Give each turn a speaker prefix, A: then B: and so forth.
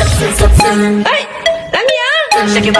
A: 哎，蓝比昂，